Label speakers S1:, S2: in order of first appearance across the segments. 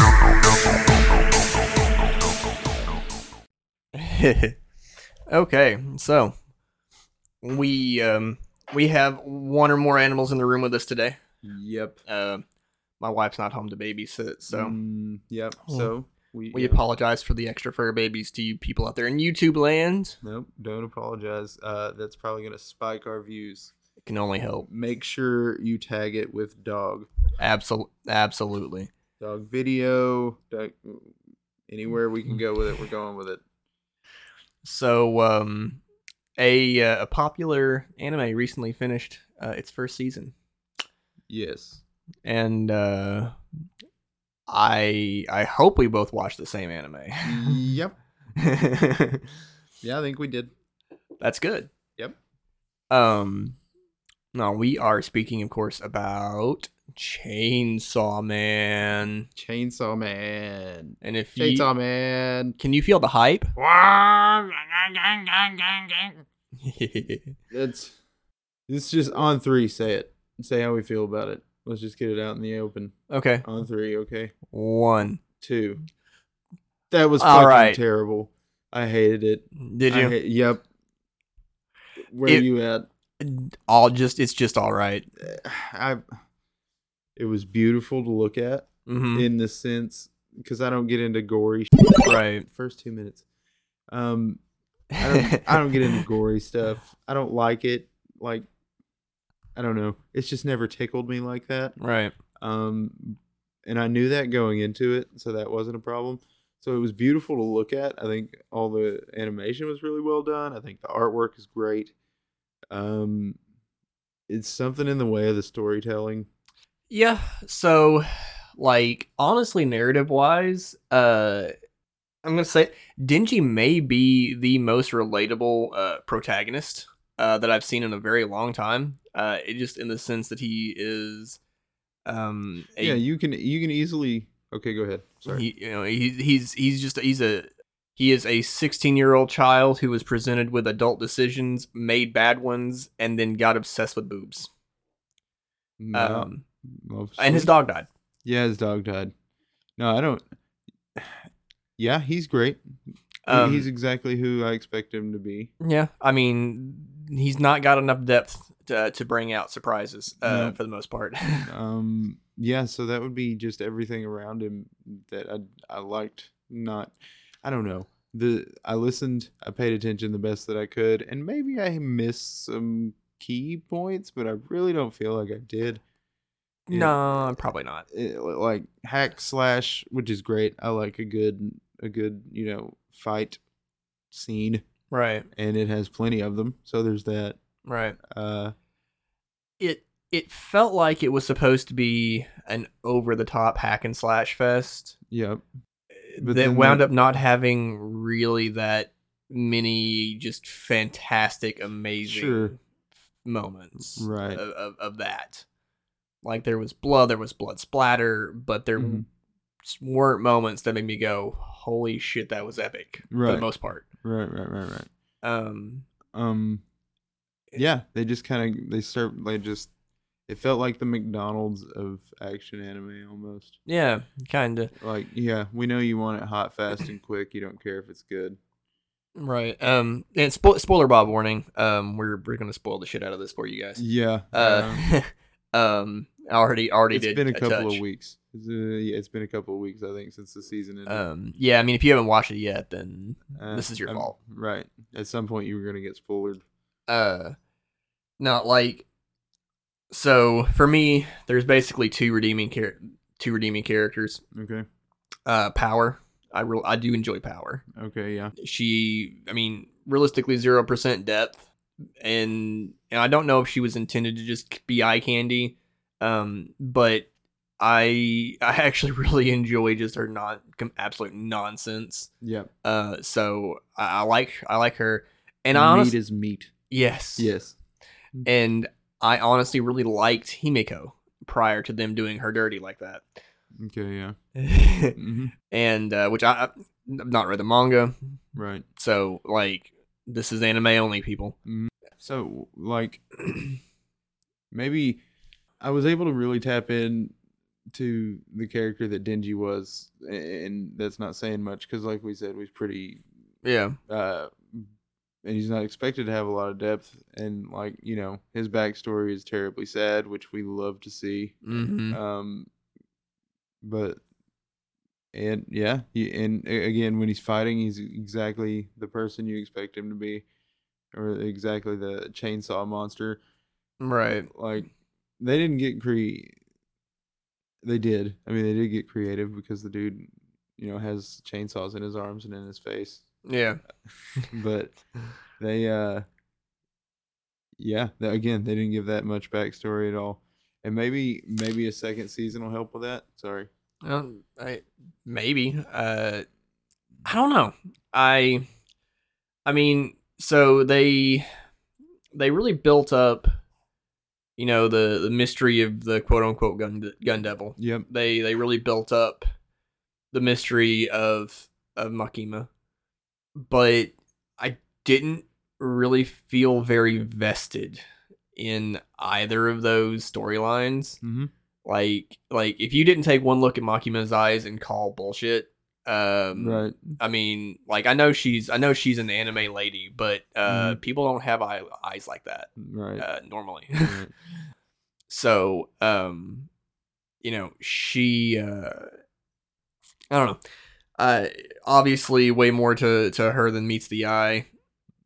S1: okay, so we um we have one or more animals in the room with us today.
S2: Yep.
S1: Uh, my wife's not home to babysit, so
S2: Mm, yep.
S1: Oh.
S2: So we
S1: we
S2: yeah.
S1: apologize for the extra fur babies to you people out there in YouTube land.
S2: Nope, don't apologize. Uh, that's probably gonna spike our views.
S1: It can only help.
S2: Make sure you tag it with dog,
S1: Absolutely, absolutely.
S2: dog video, dog, anywhere we can go with it. We're going with it.
S1: So um, a uh, a popular anime recently finished uh, its first season.
S2: Yes.
S1: and uh, I I hope we both watched the same anime.
S2: yep. Mm. Yeah, I think we did.
S1: That's good.
S2: Yep.
S1: Um, no, we are speaking, of course, about Chainsaw Man,
S2: Chainsaw Man.
S1: and if you
S2: Chainsaw Man.
S1: can you feel the hype?
S2: It's it's just on three. Say it. Say how we feel about it. Let's just get it out in the open.
S1: okay,
S2: On three, okay.
S1: one.
S2: Two. That was
S1: All
S2: fucking
S1: right.
S2: terrible. I hated it.
S1: Did
S2: I
S1: you
S2: hate- yep. Where
S1: It-
S2: you at?
S1: all just? It's just all right.
S2: I. It was beautiful to look at
S1: Mhm.
S2: in the sense because I don't get into gory.
S1: right.
S2: first two minutes. Um, I don't, I don't get into gory stuff. I don't like it. Like, I don't know. It's just never tickled me like that.
S1: Right.
S2: Um, and I knew that going into it, so that wasn't a problem. So it was beautiful to look at. I think all the animation was really well done. I think the artwork is great. Um, it's something in the way of the storytelling.
S1: Yeah. So, like, honestly, narrative wise, uh, I'm gonna say Denji may be the most relatable uh, protagonist uh, that I've seen in a very long time. Uh, it just in the sense that he is, um, a-
S2: yeah, you can you can easily. Okay, go ahead. Sorry.
S1: he, you know, he, he's he's just he's a he is a 16 year old child who was presented with adult decisions, made bad ones, and then got obsessed with boobs.
S2: No,
S1: Um, and
S2: obviously.
S1: his dog died.
S2: Yeah, his dog died. No, I don't. Yeah, he's great. He-
S1: Um,
S2: he's exactly who I expect him to be.
S1: Yeah, I mean, he's not got enough depth to, to bring out surprises uh,
S2: No.
S1: for the most part.
S2: Um, yeah, so that would be just everything around him that I I liked. Not, I don't know. The I listened, I paid attention the best that I could, and maybe I missed some key points, but I really don't feel like I did. Yeah.
S1: No, probably not.
S2: it, like hack slash, which is great. I like a good a good you know fight scene.
S1: Right,
S2: and it has plenty of them. So there's that.
S1: right.
S2: Uh,
S1: It it felt like it was supposed to be an over the top hack and slash fest
S2: yeah,
S1: that
S2: But then
S1: wound
S2: the-
S1: up not having really that many just fantastic, amazing
S2: Sure.
S1: moments
S2: Right.
S1: of, of, of that. Like there was blood, there was blood splatter, but there
S2: Mhm.
S1: s- weren't moments that made me go, "Holy shit, that was epic!" For the
S2: Right.
S1: most part,
S2: right, right, right, right.
S1: um,
S2: Um, yeah, they just kind of they start they just it felt like the McDonald's of action anime almost.
S1: yeah, kind of
S2: Like yeah, we know you want it hot, fast, and quick. You don't care if it's good.
S1: right. Um, and spo- spoiler Bob warning. Um, we're we're gonna spoil the shit out of this for you guys.
S2: Yeah, um,
S1: Uh, um, I already already
S2: it's
S1: did
S2: been a couple
S1: touch.
S2: of weeks. It's, uh, yeah, it's been a couple of weeks I think since the season ended.
S1: Um, yeah, I mean, if you haven't watched it yet, then
S2: Uh,
S1: this is your
S2: I'm-
S1: fault.
S2: right? At some point, you were gonna get spoiled.
S1: uh not like so for me there's basically two redeeming char- two redeeming characters
S2: Okay.
S1: uh power i real i do enjoy power
S2: Okay. Yeah.
S1: she i mean realistically 0% depth and and i don't know if she was intended to just be eye candy um but i i actually really enjoy just her not com- absolute nonsense
S2: Yeah.
S1: uh so I, I like i like her and i honestly
S2: meat is meat.
S1: yes
S2: Yes.
S1: and I honestly really liked Himiko prior to them doing her dirty like
S2: Okay. Yeah.
S1: that,
S2: hmm
S1: and uh, which I, I've not read the manga,
S2: Right.
S1: so like this is anime only, people.
S2: So like maybe I was able to really tap in to the character that Denji was, and that's not saying much because, like we said, we've pretty
S1: Yeah.
S2: uh, and he's not expected to have a lot of depth. And like you know, his backstory is terribly sad, which we love to see.
S1: Mm-hmm.
S2: Um, but and yeah, he, and a- again, when he's fighting, he's exactly the person you expect him to be, or exactly the chainsaw monster.
S1: Right.
S2: Like they didn't get cre. They did. I mean, they did get creative because the dude, you know, has chainsaws in his arms and in his face
S1: Yeah.
S2: but they uh yeah th- again they didn't give that much backstory at all and maybe maybe a second season will help with that sorry
S1: Um, I, maybe. Uh, I don't know. I, I mean, so they, they really built up, you know, the the mystery of the quote unquote gun gun devil.
S2: yep
S1: They they really built up the mystery of of Makima, but I didn't really feel very vested in either of those storylines
S2: mm-hmm.
S1: like like if you didn't take one look at Makima's eyes and call bullshit um
S2: right
S1: i mean like i know she's i know she's an anime lady but uh people don't have eye, eyes like that
S2: right
S1: uh normally
S2: Right.
S1: so um you know she uh i don't know uh obviously way more to to her than meets the eye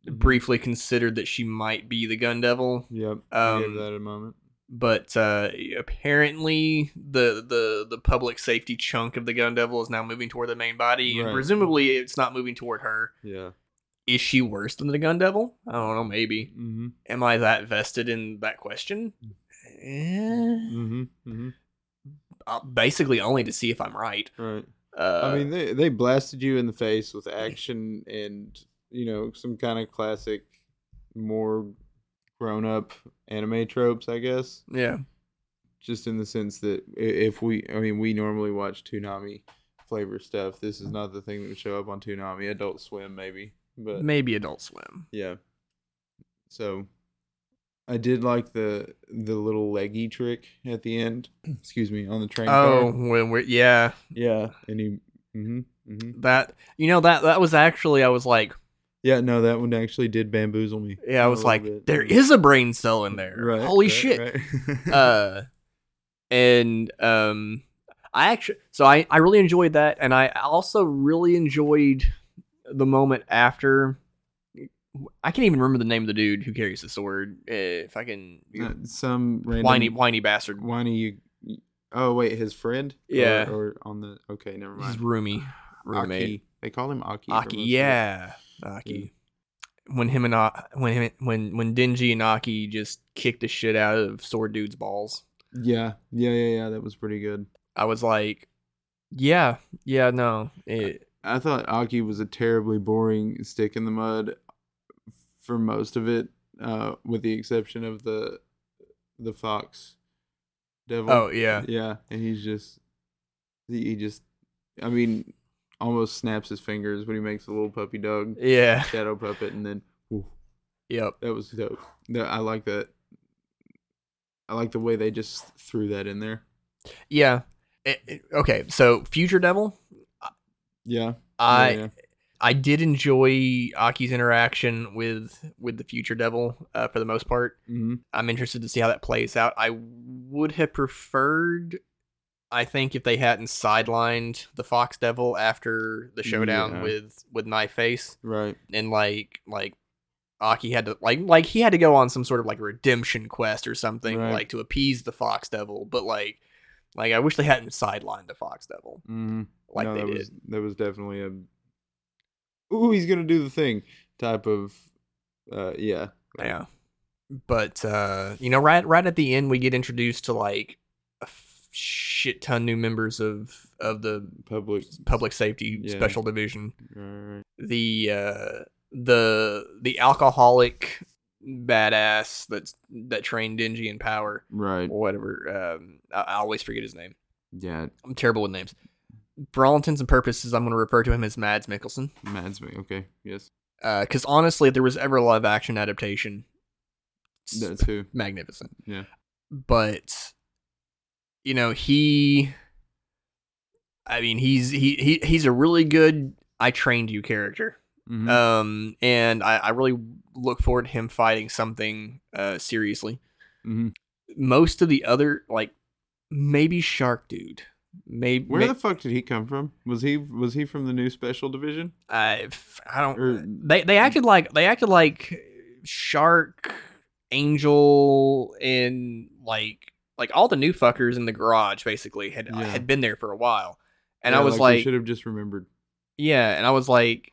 S1: briefly considered that she might be the gun devil
S2: yep
S1: um,
S2: give that a moment
S1: but uh, apparently the, the the public safety chunk of the gun devil is now moving toward the main body and
S2: Right.
S1: presumably it's not moving toward her
S2: yeah
S1: is she worse than the gun devil i don't know maybe
S2: mm-hmm.
S1: am i that vested in that question
S2: Mm.
S1: Eh,
S2: Mm-hmm. Mm-hmm.
S1: uh, basically only to see if i'm right
S2: right
S1: uh,
S2: i mean they, they blasted you in the face with action and you know some kind of classic more grown-up anime tropes i guess
S1: yeah
S2: just in the sense that i- if we, I mean, we normally watch Toonami flavor stuff. This is not the thing that would show up on Toonami. Adult Swim, maybe, but
S1: maybe adult swim
S2: yeah. So, I did like the the little leggy trick at the end. Excuse me, on the train.
S1: oh
S2: car.
S1: when we're yeah
S2: yeah, and he. Mm-hmm, mm-hmm.
S1: that you know that that was actually i was like
S2: Yeah, no, that one actually did bamboozle me.
S1: yeah i
S2: a
S1: was
S2: little
S1: like
S2: bit.
S1: there is a brain cell in there
S2: Right,
S1: holy
S2: right,
S1: shit
S2: right.
S1: uh and um i actually so i i really enjoyed that and i also really enjoyed the moment after i can't even remember the name of the dude who carries the sword uh, if i can uh,
S2: some random
S1: whiny whiny bastard
S2: whiny you oh wait his friend Or-
S1: Yeah.
S2: or, on the okay never
S1: his
S2: mind
S1: roomie roommate
S2: aki. they call him aki for
S1: aki
S2: most of it.
S1: yeah aki when him and A- when him when when dingy and aki just kicked the shit out of sword dude's balls
S2: yeah yeah yeah yeah that was pretty good
S1: i was like yeah yeah no it,
S2: i thought aki was a terribly boring stick in the mud for most of it uh with the exception of the the fox devil
S1: oh yeah
S2: yeah and he's just he he just i mean almost snaps his fingers when he makes a little puppy dog
S1: Yeah.
S2: shadow puppet and then woof.
S1: Yep.
S2: That was dope. No, I like that. I like the way they just threw that in there.
S1: Yeah. It- it- okay. So Future Devil,
S2: Yeah.
S1: I
S2: yeah.
S1: I did enjoy Aki's interaction with with the Future Devil uh, for the most part.
S2: hmm
S1: I'm interested to see how that plays out. I would have preferred, I think, if they hadn't sidelined the Fox Devil after the showdown
S2: Yeah.
S1: with with Knife Face
S2: right.
S1: and like like. Aki had to like like he had to go on some sort of like redemption quest or something
S2: Right.
S1: like to appease the Fox Devil, but like like I wish they hadn't sidelined the Fox Devil.
S2: Mm-hmm.
S1: like
S2: no,
S1: they
S2: that
S1: did.
S2: was that was definitely a. Ooh, he's gonna do the thing, type of. Uh, yeah.
S1: Yeah. But uh, you know, right right at the end we get introduced to like a f- shit ton new members of of the
S2: Public.
S1: public safety
S2: Yeah.
S1: special division.
S2: Right.
S1: The uh the the alcoholic badass that's that trained Denji in power
S2: Right.
S1: or whatever. Um I, I always forget his name.
S2: Yeah.
S1: I'm terrible with names. For all intents and purposes, I'm going to refer to him as Mads Mikkelsen.
S2: Mads. me. Okay. Yes.
S1: Because honestly, if there was ever a live action adaptation, s-
S2: That's who.
S1: magnificent.
S2: Yeah.
S1: But you know, he I mean, he's he, he he's a really good I trained you character.
S2: Mhm.
S1: Um, and I, I really look forward to him fighting something uh, seriously.
S2: Mhm.
S1: Most of the other, like maybe Shark Dude, maybe
S2: Where the fuck did he come from? Was he was he from the new special division?
S1: I f- I don't.
S2: Or-
S1: they they acted like they acted like shark, angel, and like like all the new fuckers in the garage basically had
S2: Yeah.
S1: had been there for a while, and I
S2: Yeah,
S1: was
S2: we
S1: like,
S2: should have just remembered.
S1: yeah, and I was like,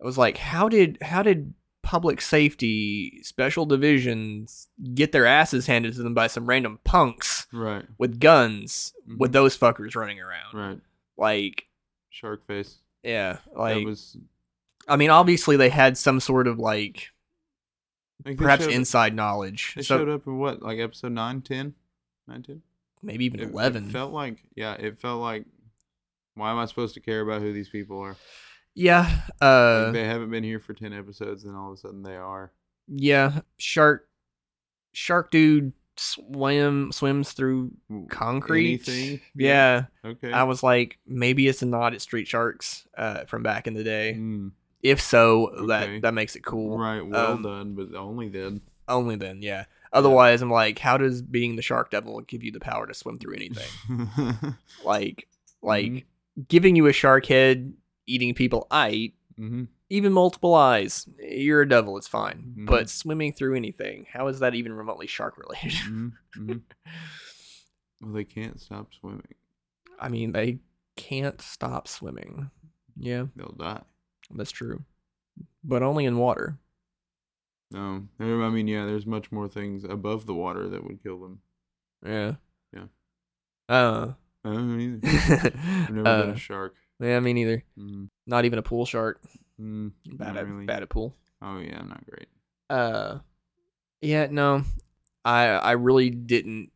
S1: I was like, how did how did public safety special divisions get their asses handed to them by some random punks
S2: Right,
S1: with guns with
S2: Mhm.
S1: those fuckers running around
S2: right.
S1: like
S2: Shark face.
S1: yeah like
S2: that was
S1: i mean obviously they had some sort of like
S2: like, they
S1: perhaps
S2: showed-
S1: inside knowledge.
S2: They showed
S1: So
S2: up in what, like episode 9, 10? 9, 10?
S1: maybe even
S2: It- it
S1: eleven.
S2: felt like, yeah, it felt like, why am I supposed to care about who these people are?
S1: yeah,
S2: Like,
S1: uh,
S2: they haven't been here for 10 episodes, then all of a sudden they are.
S1: yeah. Shark, shark dude swim swims through
S2: W-
S1: concrete.
S2: Anything?
S1: Yeah,
S2: Okay.
S1: I was like, maybe it's a nod at Street Sharks uh, from back in the day.
S2: Mm,
S1: If so,
S2: Okay.
S1: that that makes it cool.
S2: right, well
S1: Um,
S2: done, but only then.
S1: Only then, yeah. Otherwise, I'm like, how does being the shark devil give you the power to swim through anything?
S2: Mm-hmm,
S1: like, like
S2: Mhm.
S1: giving you a shark head, eating people I eat,
S2: hmm
S1: even multiple eyes, you're a devil, it's fine.
S2: Mhm.
S1: But swimming through anything, how is that even remotely shark related?
S2: hmm Well, they can't stop swimming.
S1: I mean, they can't stop swimming. Yeah,
S2: They'll die.
S1: that's true. But only in water.
S2: No, I mean, yeah, there's much more things above the water that would kill them.
S1: Yeah.
S2: Yeah.
S1: Uh,
S2: I don't know either. I've never been
S1: uh
S2: a shark.
S1: yeah, me neither.
S2: Mm,
S1: Not even a pool shark.
S2: mm,
S1: Bad
S2: not
S1: at
S2: really.
S1: bad at pool.
S2: Oh yeah, not great.
S1: Uh yeah, no. I I really didn't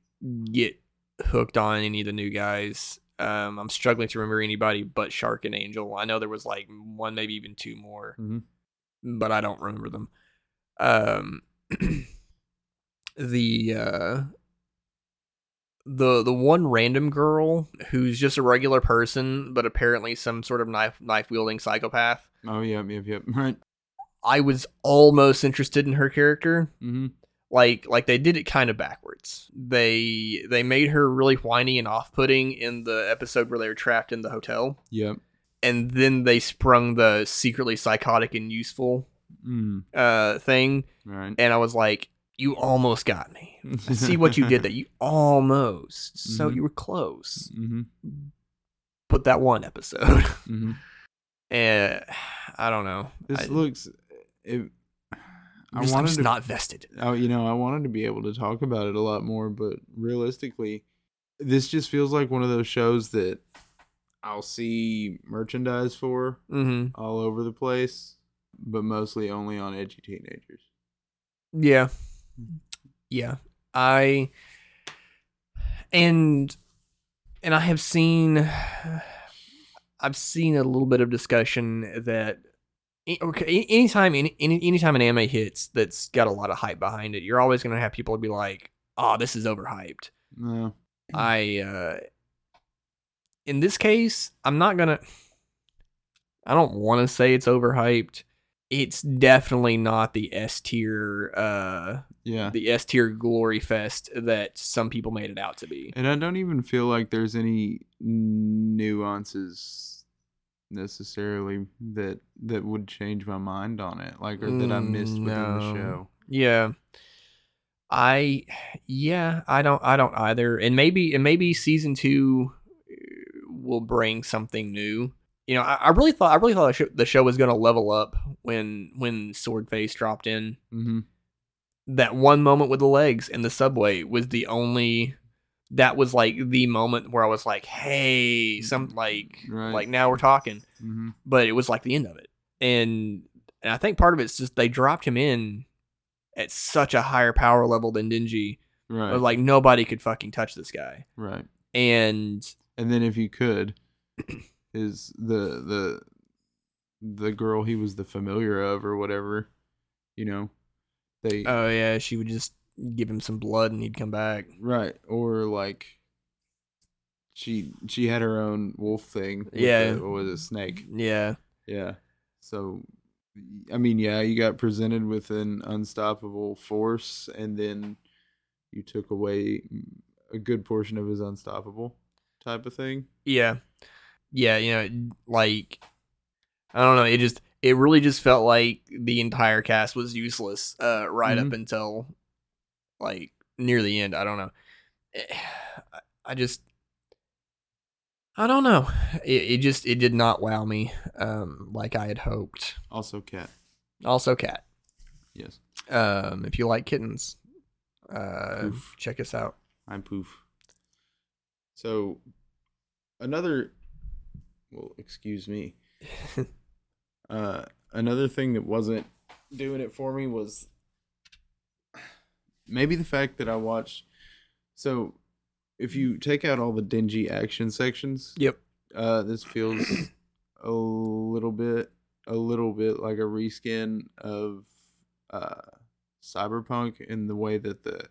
S1: get hooked on any of the new guys. Um I'm struggling to remember anybody but Shark and Angel. I know there was like one maybe even two more,
S2: Mhm.
S1: but I don't remember them. Um the uh the the one random girl who's just a regular person but apparently some sort of knife knife wielding psychopath.
S2: Oh yep, yep, yep. Right.
S1: I was almost interested in her character
S2: Mm-hmm.
S1: like like they did it kind of backwards. They they made her really whiny and off-putting in the episode where they were trapped in the hotel,
S2: Yep.
S1: and then they sprung the secretly psychotic and useful
S2: Mm.
S1: uh thing,
S2: Right.
S1: and I was like, you almost got me. I see what you did there. You almost. So
S2: Mhm.
S1: you were close.
S2: Mm-hmm.
S1: Put that one episode.
S2: Mm-hmm.
S1: and I don't know.
S2: This
S1: I,
S2: looks. It,
S1: I'm
S2: I
S1: just, I'm
S2: wanted
S1: just
S2: to.
S1: not vested.
S2: Oh, you know, I wanted to be able to talk about it a lot more, but realistically, this just feels like one of those shows that I'll see merchandise for
S1: hmm
S2: all over the place, but mostly only on edgy teenagers.
S1: Yeah. Yeah. I and and I have seen I've seen a little bit of discussion that a- okay a- anytime any any- anytime an anime hits that's got a lot of hype behind it, you're always going to have people be like, "Oh, this is overhyped."
S2: No.
S1: I uh in this case, I'm not gonna I don't wanna say it's overhyped. It's definitely not the S tier uh
S2: Yeah.
S1: the S tier glory fest that some people made it out to be.
S2: And I don't even feel like there's any nuances necessarily that that would change my mind on it, like or that I missed
S1: Mm,
S2: within the
S1: no.
S2: show.
S1: Yeah. I yeah, I don't I don't either. And maybe and maybe season 2 uh, will bring something new. You know, I, I really thought I really thought the show, the show was going to level up when when Swordface dropped in.
S2: Mm-hmm.
S1: that one moment with the legs in the subway was the only that was like the moment where I was like, hey, some like
S2: Right.
S1: like now we're talking.
S2: Mm-hmm.
S1: But it was like the end of it. And and I think part of it's just they dropped him in at such a higher power level than Denji. I
S2: Right.
S1: was Like nobody could fucking touch this guy.
S2: right.
S1: And
S2: And then if you could, is the the the girl he was the familiar of or whatever, you know, they
S1: oh yeah, she would just give him some blood and he'd come back.
S2: right or like. She she had her own wolf thing. with
S1: Yeah.
S2: the- what was it? Snake.
S1: Yeah.
S2: Yeah. So, I mean, yeah, you got presented with an unstoppable force, and then you took away a good portion of his unstoppable type of thing.
S1: Yeah. Yeah, you know, like I don't know, it just it really just felt like the entire cast was useless uh right up
S2: Mhm.
S1: until like near the end. I don't know. I- I just I don't know. It, it just it did not wow me um like I had hoped.
S2: Also, cat.
S1: Also cat.
S2: Yes,
S1: Um if you like kittens, uh
S2: Oof.
S1: check us out.
S2: I'm poof. So, another. Well, excuse me. uh, another thing that wasn't doing it for me was maybe the fact that I watched. So, if you take out all the dingy action sections,
S1: Yep.
S2: uh, this feels a little bit, a little bit like a reskin of uh, Cyberpunk in the way that the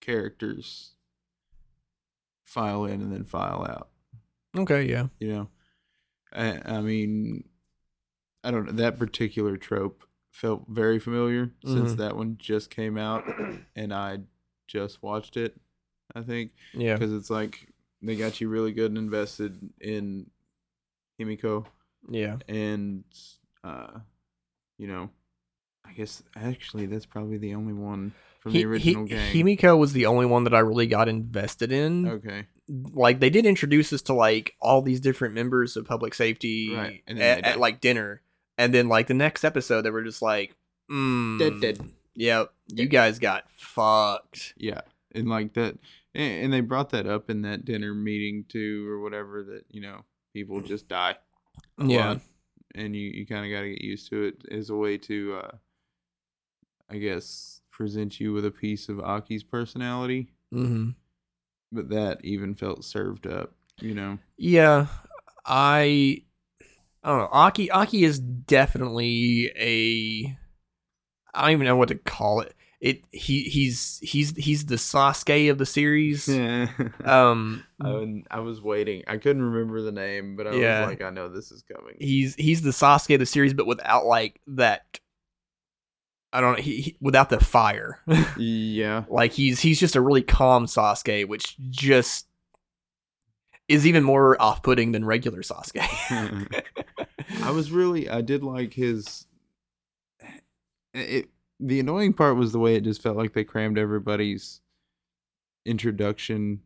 S2: characters file in and then file out
S1: Okay, yeah.
S2: you know i, I mean i don't know that particular trope felt very familiar since
S1: Mhm.
S2: that one just came out and i just watched it i think
S1: Yeah.
S2: because it's like they got you really good and invested in himiko
S1: Yeah.
S2: and uh you know i guess actually that's probably the only one from
S1: He-
S2: the
S1: he-
S2: original game
S1: Himiko was the only one that I really got invested in.
S2: okay
S1: Like they did introduce us to like all these different members of public safety
S2: Right, and then
S1: at,
S2: they
S1: at,
S2: died.
S1: like dinner, and then like the next episode they were just like, mm,
S2: Dead, dead.
S1: Yep, you guys got fucked.
S2: Yeah, and like that, and, and they brought that up in that dinner meeting too, or whatever. That you know, people just die. a lot, and you you kind of got to get used to it as a way to, uh I guess, present you with a piece of Aki's personality.
S1: Mm-hmm.
S2: But that even felt served up, you know.
S1: Yeah, I, I don't know. Aki Aki is definitely a. I don't even know what to call it. It he he's he's he's the Sasuke of the series. Um,
S2: I, would- I was waiting. I couldn't remember the name, but I
S1: Yeah.
S2: was like, I know this is coming.
S1: he's he's the Sasuke of the series, but without like that. I don't know, he, he- without the fire.
S2: yeah,
S1: like he's he's just a really calm Sasuke, which just is even more off-putting than regular Sasuke.
S2: I was really I did like his eh, it the annoying part was the way it just felt like they crammed everybody's introduction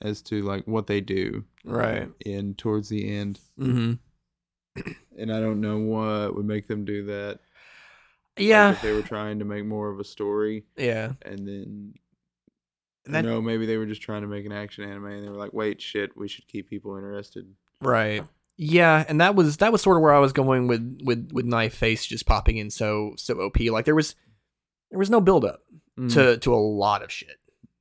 S2: as to like what they do
S1: right.
S2: in towards the end
S1: Mm-hmm.
S2: and I don't know what would make them do that Like,
S1: Yeah.
S2: if they were trying to make more of a story
S1: Yeah.
S2: and then
S1: And that-
S2: no maybe they were just trying to make an action anime and they were like wait shit we should keep people interested
S1: Right. Yeah, and that was that was sort of where I was going with with with knife face just popping in so so op. Like there was there was no build up to to a lot of shit.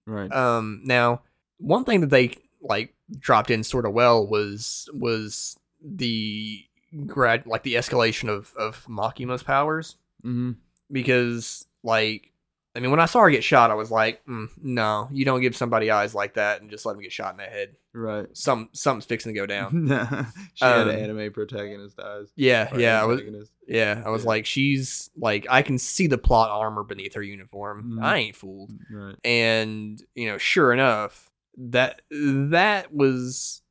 S2: Mm-hmm. right
S1: Um, now one thing that they like dropped in sort of well was was the grad like the escalation of of Makima's powers
S2: mm-hmm.
S1: because like I mean when I saw her get shot I was like mm, no you don't give somebody eyes like that and just let them get shot in the head
S2: right
S1: some something's fixing to go
S2: Mm-hmm.
S1: down
S2: she had
S1: Um,
S2: anime protagonist eyes
S1: yeah
S2: Or
S1: yeah I was,
S2: antagonist.
S1: yeah I was
S2: Yeah.
S1: like she's like I can see the plot armor beneath her uniform
S2: Mhm.
S1: I ain't fooled
S2: Right.
S1: and you know sure enough that that was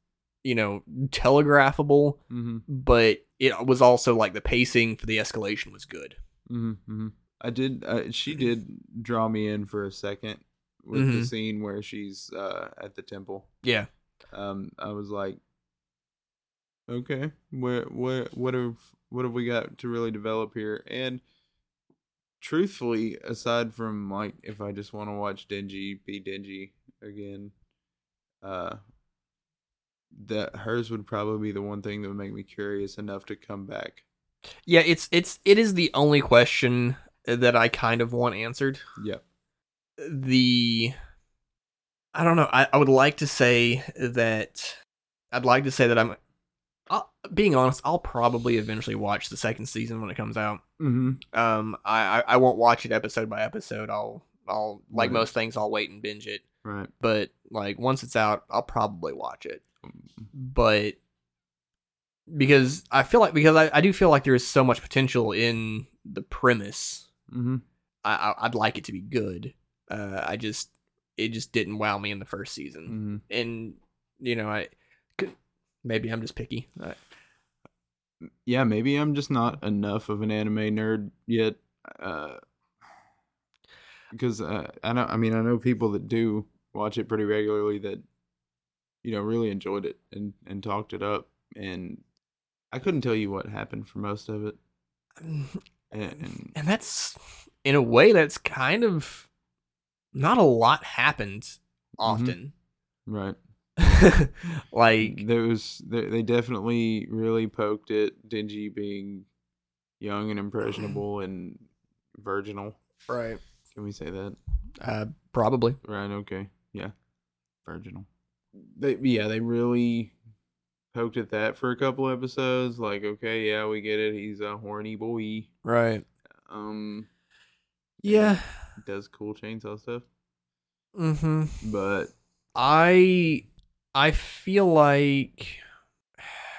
S1: you know telegraphable
S2: Mm-hmm.
S1: but it was also like the pacing for the escalation was good
S2: Mm-hmm. I did. Uh, she did draw me in for a second with the
S1: Mhm.
S2: scene where she's uh, at the temple.
S1: yeah
S2: Um, I was like, okay, where, where, what have, what have we got to really develop here? And truthfully, aside from like, if I just want to watch Denji be Denji again, uh, that hers would probably be the one thing that would make me curious enough to come back.
S1: yeah it's it's it is the only question that i kind of want answered
S2: Yep.
S1: the i don't know i, I would like to say that i'd like to say that i'm I'll, being honest i'll probably eventually watch the second season when it comes out
S2: Mm-hmm.
S1: um I, I i won't watch it episode by episode i'll i'll like
S2: Right.
S1: most things i'll wait and binge it
S2: Right.
S1: but like once it's out i'll probably watch it but because I feel like because I, I do feel like there is so much potential in the premise.
S2: Mm-hmm.
S1: I, I I'd like it to be good. Uh, I just it just didn't wow me in the first season,
S2: Mm-hmm.
S1: and you know I could, maybe I'm just picky. I,
S2: Yeah, maybe I'm just not enough of an anime nerd yet. Uh, because uh, I know, I mean, I know people that do watch it pretty regularly that, you know, really enjoyed it and and talked it up, and I couldn't tell you what happened for most of it, and, and
S1: and that's in a way that's kind of not a lot happened often.
S2: right.
S1: like
S2: there was they, they definitely really poked at Denji being young and impressionable and virginal.
S1: right,
S2: Can we say that?
S1: uh, probably.
S2: Right. Okay. Yeah. Virginal. They yeah they really poked at that for a couple episodes. Like okay yeah we get it he's a horny boy.
S1: Right.
S2: Um
S1: Yeah.
S2: does cool chainsaw stuff.
S1: Mm-hmm.
S2: But
S1: I I feel like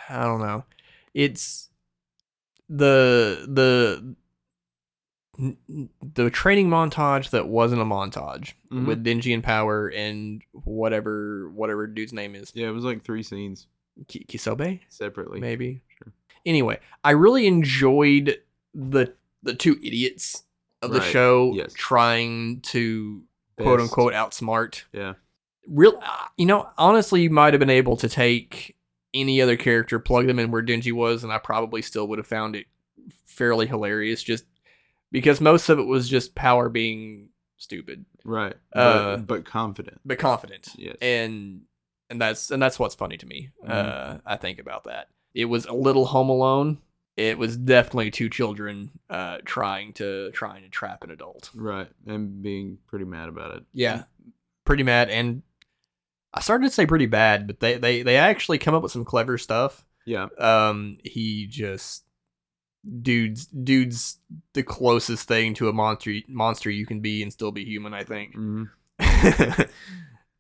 S1: I don't know. It's the the n- the training montage that wasn't a montage
S2: Mhm.
S1: with Denji and Power and whatever whatever dude's name is
S2: yeah it was like three scenes
S1: Ki- Kisobe
S2: separately.
S1: maybe.
S2: Sure.
S1: Anyway, I really enjoyed the the two idiots of the
S2: Right,
S1: show
S2: yes.
S1: trying to quote
S2: Best.
S1: unquote outsmart
S2: Yeah.
S1: real uh, you know honestly you might have been able to take any other character plug them in where Denji was and I probably still would have found it fairly hilarious just because most of it was just power being stupid
S2: Right.
S1: Uh,
S2: but, but confident.
S1: but confident
S2: Yes.
S1: and and that's and that's what's funny to me uh
S2: Mhm.
S1: I think about that it was a little home alone it was definitely two children uh trying to trying to trap an adult
S2: Right, and being pretty mad about it.
S1: Yeah. Pretty mad and I started to say pretty bad, but they they they actually come up with some clever stuff.
S2: Yeah.
S1: Um he just dudes dudes the closest thing to a monster monster you can be and still be human, I think.
S2: hmm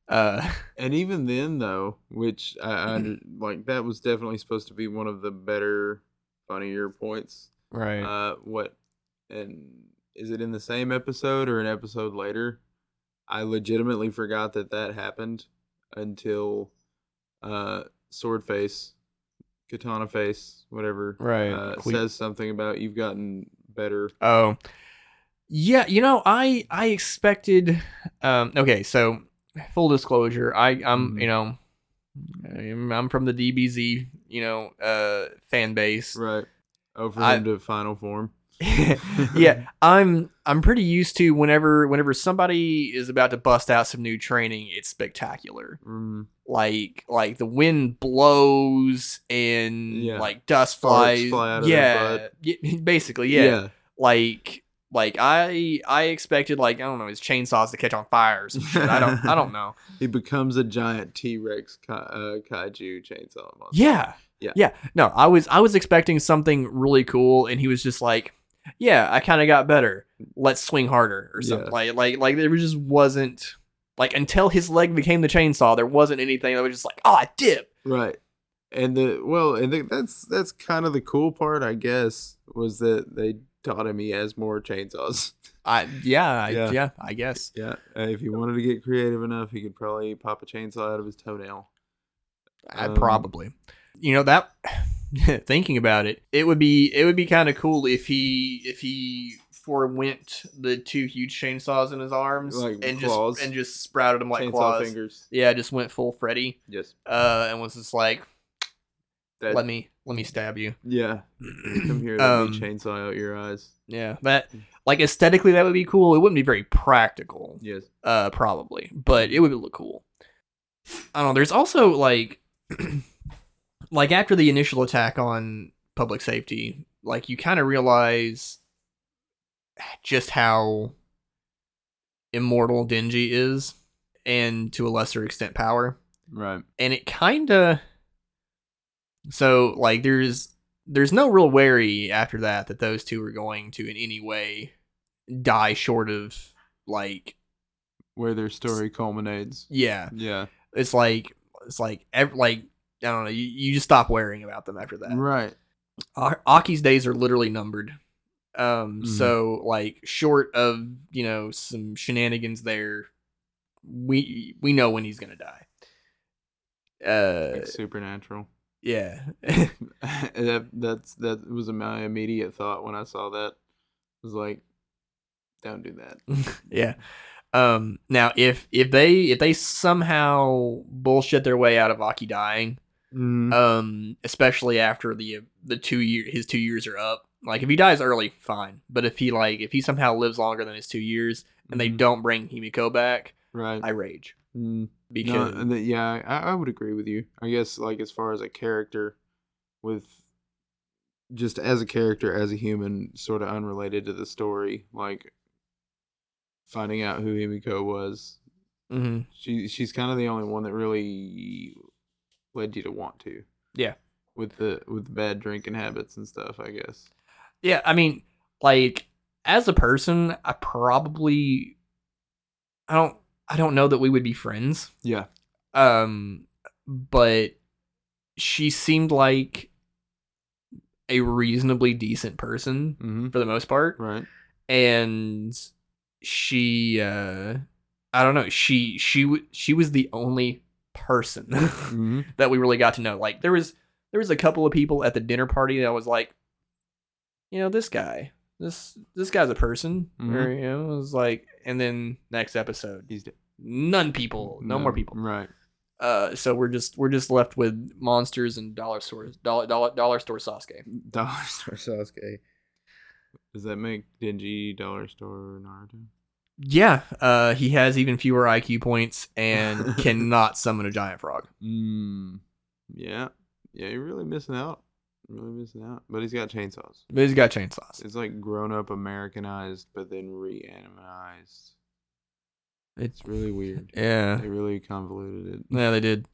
S1: uh
S2: And even then, though, which I, I under- like, that was definitely supposed to be one of the better, funnier points.
S1: right.
S2: Uh, what, and is it in the same episode or an episode later? I legitimately forgot that that happened until, uh, Sword Face, Katana Face, whatever,
S1: right.
S2: uh,
S1: Cle-
S2: says something about you've gotten better.
S1: Oh, yeah. You know, I I expected. Um, okay, so full disclosure, I I'm
S2: Mhm.
S1: you know, I'm, I'm from the DBZ you know uh fan base.
S2: Right. Oh, for
S1: I-
S2: him to final form.
S1: yeah, I'm I'm pretty used to whenever whenever somebody is about to bust out some new training, it's spectacular.
S2: Mm,
S1: Like like the wind blows and
S2: Yeah.
S1: like dust
S2: Sparks
S1: flies.
S2: fly out of their
S1: yeah,
S2: butt.
S1: yeah, basically, yeah
S2: yeah.
S1: like like I I expected like I don't know his chainsaws to catch on fire or some shit. I don't I don't know.
S2: He becomes a giant T Rex ki- uh, kaiju chainsaw monster.
S1: Yeah.
S2: Yeah.
S1: Yeah. No, I was I was expecting something really cool and he was just like, Yeah, I kinda got better. Let's swing harder or something.
S2: Yeah.
S1: Like like like there just wasn't like until his leg became the chainsaw, there wasn't anything that was just like, Oh I dip.
S2: Right. And the well, and the, that's that's kind of the cool part, I guess, was that they taught him he has more chainsaws.
S1: I yeah, I, yeah.
S2: Yeah.
S1: I guess.
S2: Yeah, uh, if he wanted to get creative enough, he could probably pop a chainsaw out of his toenail.
S1: I
S2: Um,
S1: probably. You know that thinking about it, it would be it would be kind of cool if he if he forewent the two huge chainsaws in his arms
S2: Like
S1: and
S2: claws.
S1: just and just sprouted them like
S2: chainsaw
S1: claws.
S2: fingers.
S1: Yeah, just went full Freddy
S2: Yes.
S1: uh, and was just like,
S2: That,
S1: "Let me let me stab you."
S2: Yeah. Come here. Let
S1: Um,
S2: me chainsaw out your eyes.
S1: Yeah, that like aesthetically that would be cool. It wouldn't be very practical,
S2: Yes.
S1: uh, probably, but it would look cool. I don't know. There's also like, like after the initial attack on public safety, like you kind of realize just how immortal Denji is, and to a lesser extent, power.
S2: Right.
S1: And it kind of so like there's there's no real worry after that that those two are going to in any way die short of like
S2: Where their story culminates.
S1: yeah
S2: Yeah.
S1: it's like it's like ev- like I don't know. You, you just stop worrying about them after that.
S2: Right.
S1: A- Aki's days are literally numbered. Um,
S2: Mhm.
S1: so like short of you know some shenanigans there, we we know when he's gonna die. Uh,
S2: Like supernatural.
S1: yeah,
S2: that that's that was my immediate thought when I saw that. It was like, don't do that.
S1: yeah. Um, now if if they if they somehow bullshit their way out of Aki dying,
S2: Mm-hmm.
S1: um, especially after the uh, the two year his two years are up. Like if he dies early, fine. But if he like if he somehow lives longer than his two years and they
S2: Mhm.
S1: don't bring Himiko back,
S2: right.
S1: I rage
S2: Mm.
S1: because
S2: No, th- yeah, I, I would agree with you. I guess like as far as a character, with just as a character as a human, sort of unrelated to the story, like finding out who Himiko was.
S1: Mhm.
S2: She she's kind of the only one that really led you to want to.
S1: Yeah.
S2: With the with the bad drinking habits and stuff, I guess.
S1: yeah, I mean, like as a person, I probably I don't I don't know that we would be friends.
S2: Yeah.
S1: Um, but she seemed like a reasonably decent person
S2: Mm-hmm.
S1: for the most part.
S2: Right.
S1: and she uh i don't know she she w- she was the only person
S2: Mm-hmm.
S1: that we really got to know like there was there was a couple of people at the dinner party that was like you know this guy this this guy's a person or you know it was like and then next episode
S2: He's dead.
S1: none people no, more people
S2: Right.
S1: uh so we're just we're just left with monsters and dollar stores dollar dollar, dollar store sasuke
S2: Dollar Store Sasuke. Does that make Denji Dollar Store Naruto?
S1: yeah uh he has even fewer iq points and cannot summon a giant frog
S2: Mm. Yeah. Yeah, you're really missing out. You're really missing out. But he's got chainsaws.
S1: But he's got chainsaws.
S2: It's like grown up Americanized, but then reanimized.
S1: It's
S2: It's really weird.
S1: yeah,
S2: They really convoluted it.
S1: yeah, they did.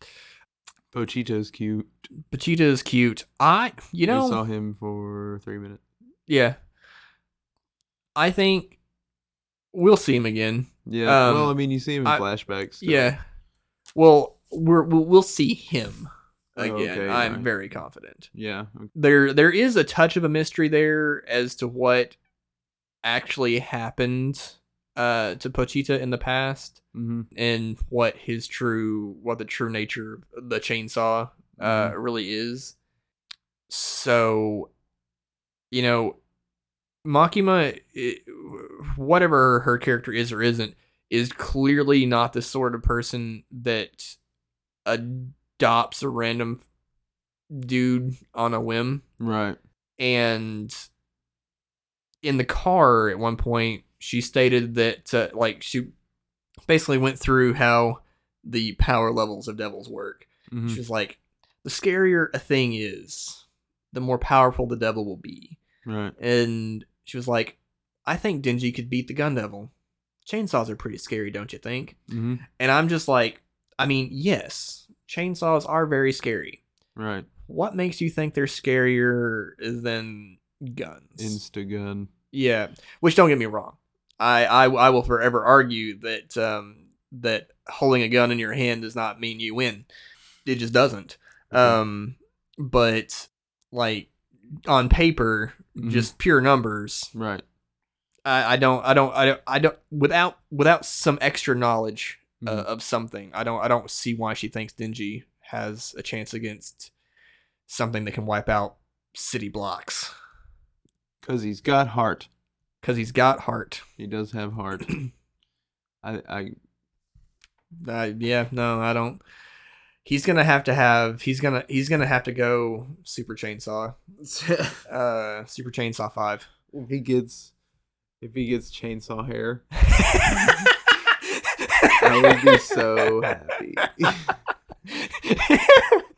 S2: Pochito's cute.
S1: Pachita is cute. I, you
S2: we
S1: know,
S2: saw him for three minutes.
S1: yeah. I think we'll see him again.
S2: Yeah.
S1: Um,
S2: well, I mean, you see him in
S1: I-
S2: flashbacks. still.
S1: Yeah. Well, we're we'll, we'll see him
S2: Oh,
S1: again.
S2: okay,
S1: I'm
S2: alright.
S1: very confident.
S2: Yeah.
S1: There there is a touch of a mystery there as to what actually happened uh to Pochita in the past
S2: Mm-hmm.
S1: and what his true what the true nature of the chainsaw uh really is. So, you know, Makima, i whatever her character is or isn't, is clearly not the sort of person that adopts a random dude on a whim.
S2: Right.
S1: And in the car at one point, she stated that, uh, like, she basically went through how the power levels of devils work.
S2: Mhm.
S1: She was like, the scarier a thing is, the more powerful the devil will be.
S2: Right.
S1: And she was like, I think Denji could beat the gun devil. Chainsaws are pretty scary, don't you think?
S2: Mm-hmm.
S1: And I'm just like, I mean, yes, chainsaws are very scary.
S2: Right.
S1: What makes you think they're scarier than guns?
S2: Instagun.
S1: Yeah, which don't get me wrong, I I, I will forever argue that um, that holding a gun in your hand does not mean you win. It just doesn't. Um, but like on paper,
S2: Mhm.
S1: just pure numbers.
S2: Right.
S1: I, I don't I don't I don't I don't without without some extra knowledge uh,
S2: Mhm.
S1: of something. I don't I don't see why she thinks Denji has a chance against something that can wipe out city blocks
S2: Cause he's got heart.
S1: because he's got heart.
S2: He does have heart. I I
S1: Uh, yeah, no, I don't. He's gonna have to have. He's gonna. He's gonna have to go Super Chainsaw. Uh, Super Chainsaw Five.
S2: if he gets if he gets chainsaw hair, I would be so happy.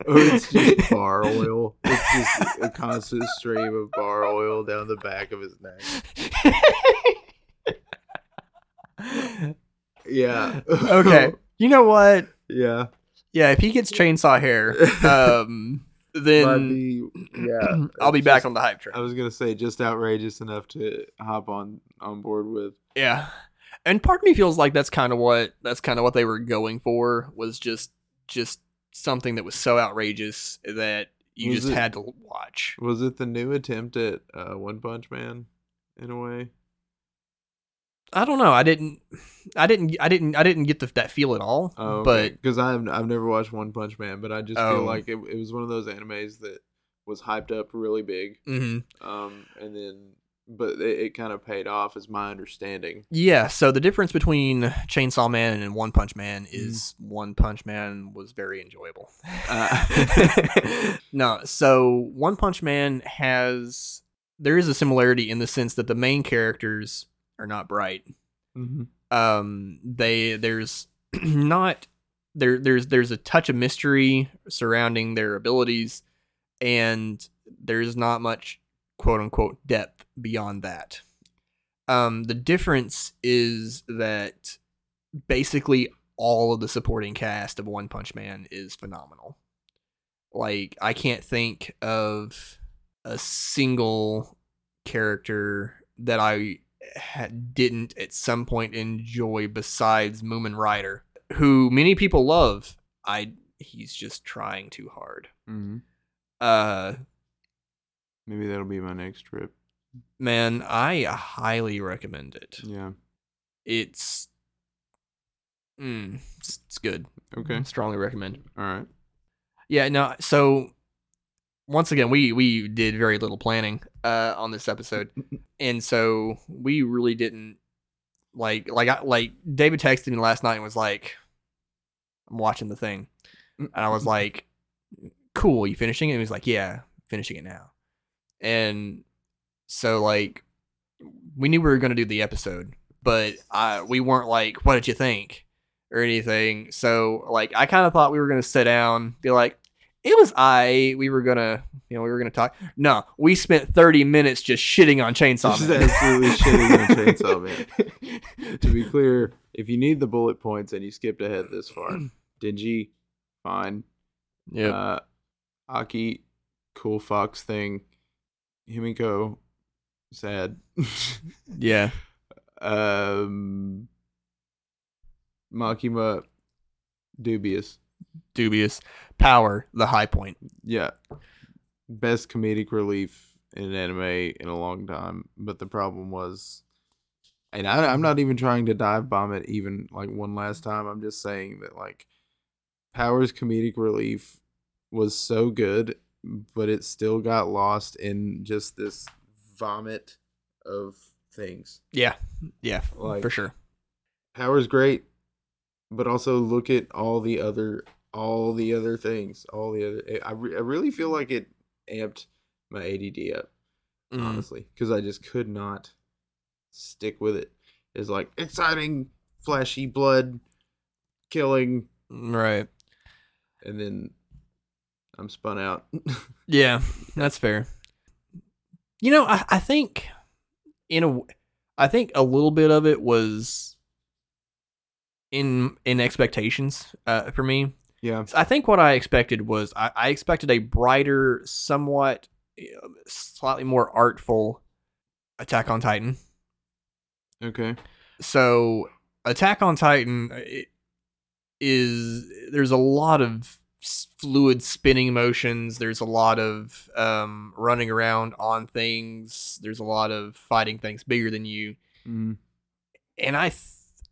S2: Or it's just bar oil. It's just a constant stream of bar oil down the back of his neck. Yeah.
S1: okay, you know what?
S2: yeah.
S1: Yeah, if he gets chainsaw hair, um,
S2: Might
S1: then
S2: be, yeah.
S1: I'll be
S2: It's
S1: back
S2: just-
S1: on the hype train.
S2: I was gonna say just outrageous enough to hop on on board with.
S1: Yeah. And part of me feels like that's kind of what that's kind of what they were going for was just just something that was so outrageous that you
S2: Was
S1: just
S2: it-
S1: had to watch.
S2: Was it the new attempt at uh, One Punch Man in a way?
S1: I don't know. I didn't. I didn't. I didn't. I didn't get the, that feel at all.
S2: Oh,
S1: But
S2: because I've I've never watched One Punch Man, but I just
S1: Oh.
S2: feel like it, it was one of those animes that was hyped up really big,
S1: mhm.
S2: um, and then but it, it kind of paid off, is my understanding.
S1: yeah. So the difference between Chainsaw Man and One Punch Man is
S2: Mm.
S1: One Punch Man was very enjoyable.
S2: Uh,
S1: No, so One Punch Man has there is a similarity in the sense that the main characters are not bright. Um they there's not there there's there's a touch of mystery surrounding their abilities and there's not much quote unquote depth beyond that. Um the difference is that basically all of the supporting cast of One Punch Man is phenomenal like I can't think of a single character that I ha- didn't at some point enjoy besides Moomin Rider, who many people love. I he's just trying too hard.
S2: Mhm.
S1: Uh
S2: Maybe that'll be my next trip.
S1: man, I highly recommend it.
S2: Yeah.
S1: It's mm, it's it's good.
S2: Okay.
S1: Strongly recommend.
S2: All right.
S1: Yeah, no. So once again, we we did very little planning uh, on this episode, and so we really didn't like like I, like David texted me last night and was like, "I'm watching the thing," and I
S2: Mm-hmm.
S1: was like, "Cool, you finishing it?" And he was like, "Yeah, finishing it now," and so like we knew we were gonna do the episode, but I we weren't like, "What did you think?" or anything. So like I kind of thought we were gonna sit down, be like, it was I. We were gonna, you know, we were gonna talk. No, we spent thirty minutes just shitting on Chainsaw
S2: Just
S1: Man. uh,
S2: absolutely shitting on Chainsaw Man. To be clear, if you need the bullet points and you skipped ahead this far, Dingy, fine.
S1: Yeah,
S2: Uh, Aki, cool fox thing. Himiko, sad.
S1: yeah,
S2: um, Makima, dubious.
S1: dubious. Power, the high point.
S2: Yeah. Best comedic relief in an anime in a long time. But the problem was, and I, I'm not even trying to dive bomb it even like one last time. I'm just saying that like Power's comedic relief was so good, but it still got lost in just this vomit of things.
S1: Yeah, yeah,
S2: Like,
S1: for sure.
S2: Power's great, but also look at all the other all the other things, all the other. eh, I, re- I really feel like it amped my ADD up
S1: Mm.
S2: honestly because I just could not stick with it. It's like exciting, flashy blood, killing,
S1: Mm, Right.
S2: and then I'm spun out.
S1: Yeah, that's fair. You know, I, I think in a, w- I think a little bit of it was in in expectations uh, for me.
S2: yeah,
S1: I think what I expected was I, I expected a brighter, somewhat uh, slightly more artful Attack on Titan.
S2: okay,
S1: So Attack on Titan uh, it is there's a lot of s- fluid spinning motions. There's a lot of um, running around on things. There's a lot of fighting things bigger than you.
S2: mm,
S1: And I th-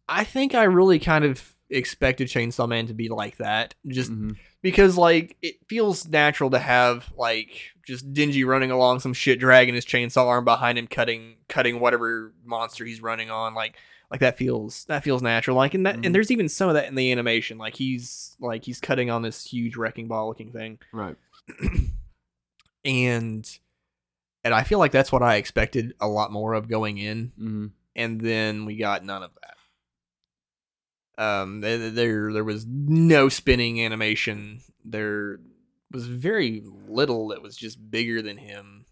S1: I think I really kind of expected Chainsaw Man to be like that. Just
S2: mhm.
S1: because like it feels natural to have like just dingy running along some shit dragging his chainsaw arm behind him cutting cutting whatever monster he's running on like like that feels that feels natural like and that
S2: Mhm.
S1: and there's even some of that in the animation like he's like he's cutting on this huge wrecking ball looking thing
S2: right.
S1: and and i feel like that's what i expected a lot more of going in
S2: Mm-hmm.
S1: and then we got none of that. Um, th- th- there there was no spinning animation. There was very little that was just bigger than him.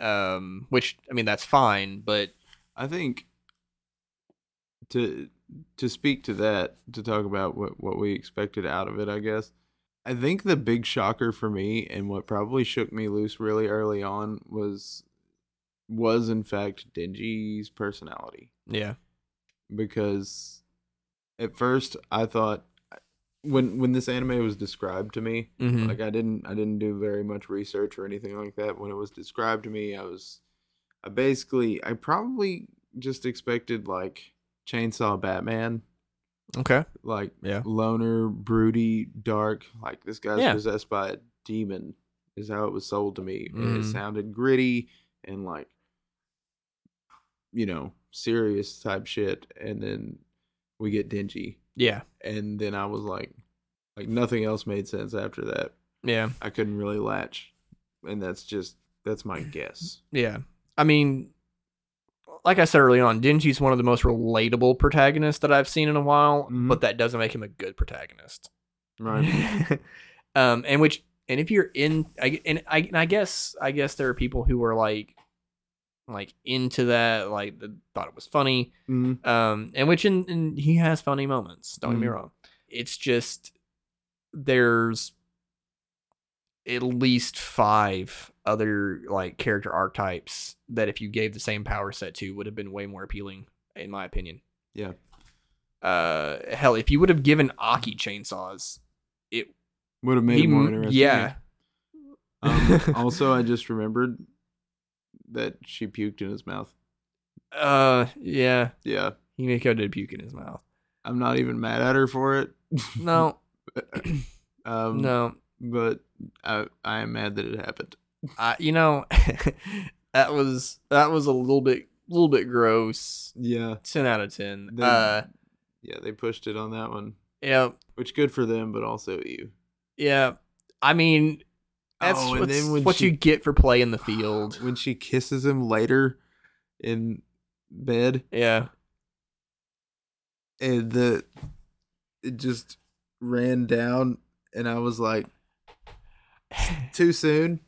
S1: Um, which I mean that's fine, but
S2: I think to to speak to that, to talk about what what we expected out of it, I guess. I think the big shocker for me and what probably shook me loose really early on was was in fact Denji's personality
S1: yeah,
S2: because at first I thought when when this anime was described to me,
S1: Mhm.
S2: like I didn't I didn't do very much research or anything like that. When it was described to me, I was I basically I probably just expected like Chainsaw Batman,
S1: Okay.
S2: like
S1: Yeah.
S2: loner, broody, dark, like this guy's
S1: Yeah.
S2: possessed by a demon is how it was sold to me. It
S1: Mm.
S2: sounded gritty and like you know, serious type shit and then we get dingy
S1: Yeah.
S2: and then I was like, like nothing else made sense after that.
S1: Yeah.
S2: I couldn't really latch, and that's just that's my guess.
S1: Yeah. I mean, like I said early on, Denji's one of the most relatable protagonists that I've seen in a while,
S2: Mhm.
S1: but that doesn't make him a good protagonist.
S2: Right?
S1: um, and which, and if you're in, I, and I, and I guess, I guess there are people who were like, like into that, like that thought it was funny.
S2: Mhm.
S1: um, and which in, in he has funny moments. Don't get me
S2: Mhm.
S1: wrong. It's just there's at least five other like character archetypes that if you gave the same power set to would have been way more appealing in my opinion.
S2: Yeah.
S1: Uh, hell, if you would have given Aki chainsaws,
S2: Would have made
S1: he,
S2: it more
S1: m-
S2: interesting.
S1: yeah,
S2: Um, also, I just remembered that she puked in his mouth.
S1: uh, yeah,
S2: Yeah,
S1: Himiko did puke in his mouth.
S2: I'm not even mad at her for it.
S1: No,
S2: um,
S1: no,
S2: but I I am mad that it happened.
S1: I, you know, that was that was a little bit little bit gross.
S2: Yeah,
S1: Ten out of ten.
S2: They-
S1: uh,
S2: yeah, they pushed it on that one,
S1: yeah,
S2: which good for them, but also you.
S1: yeah. I mean, that's
S2: Oh, and
S1: what's-
S2: then when
S1: what
S2: she-
S1: you get for playing the field.
S2: when she kisses him later in bed
S1: Yeah,
S2: and the it just ran down and i was like too soon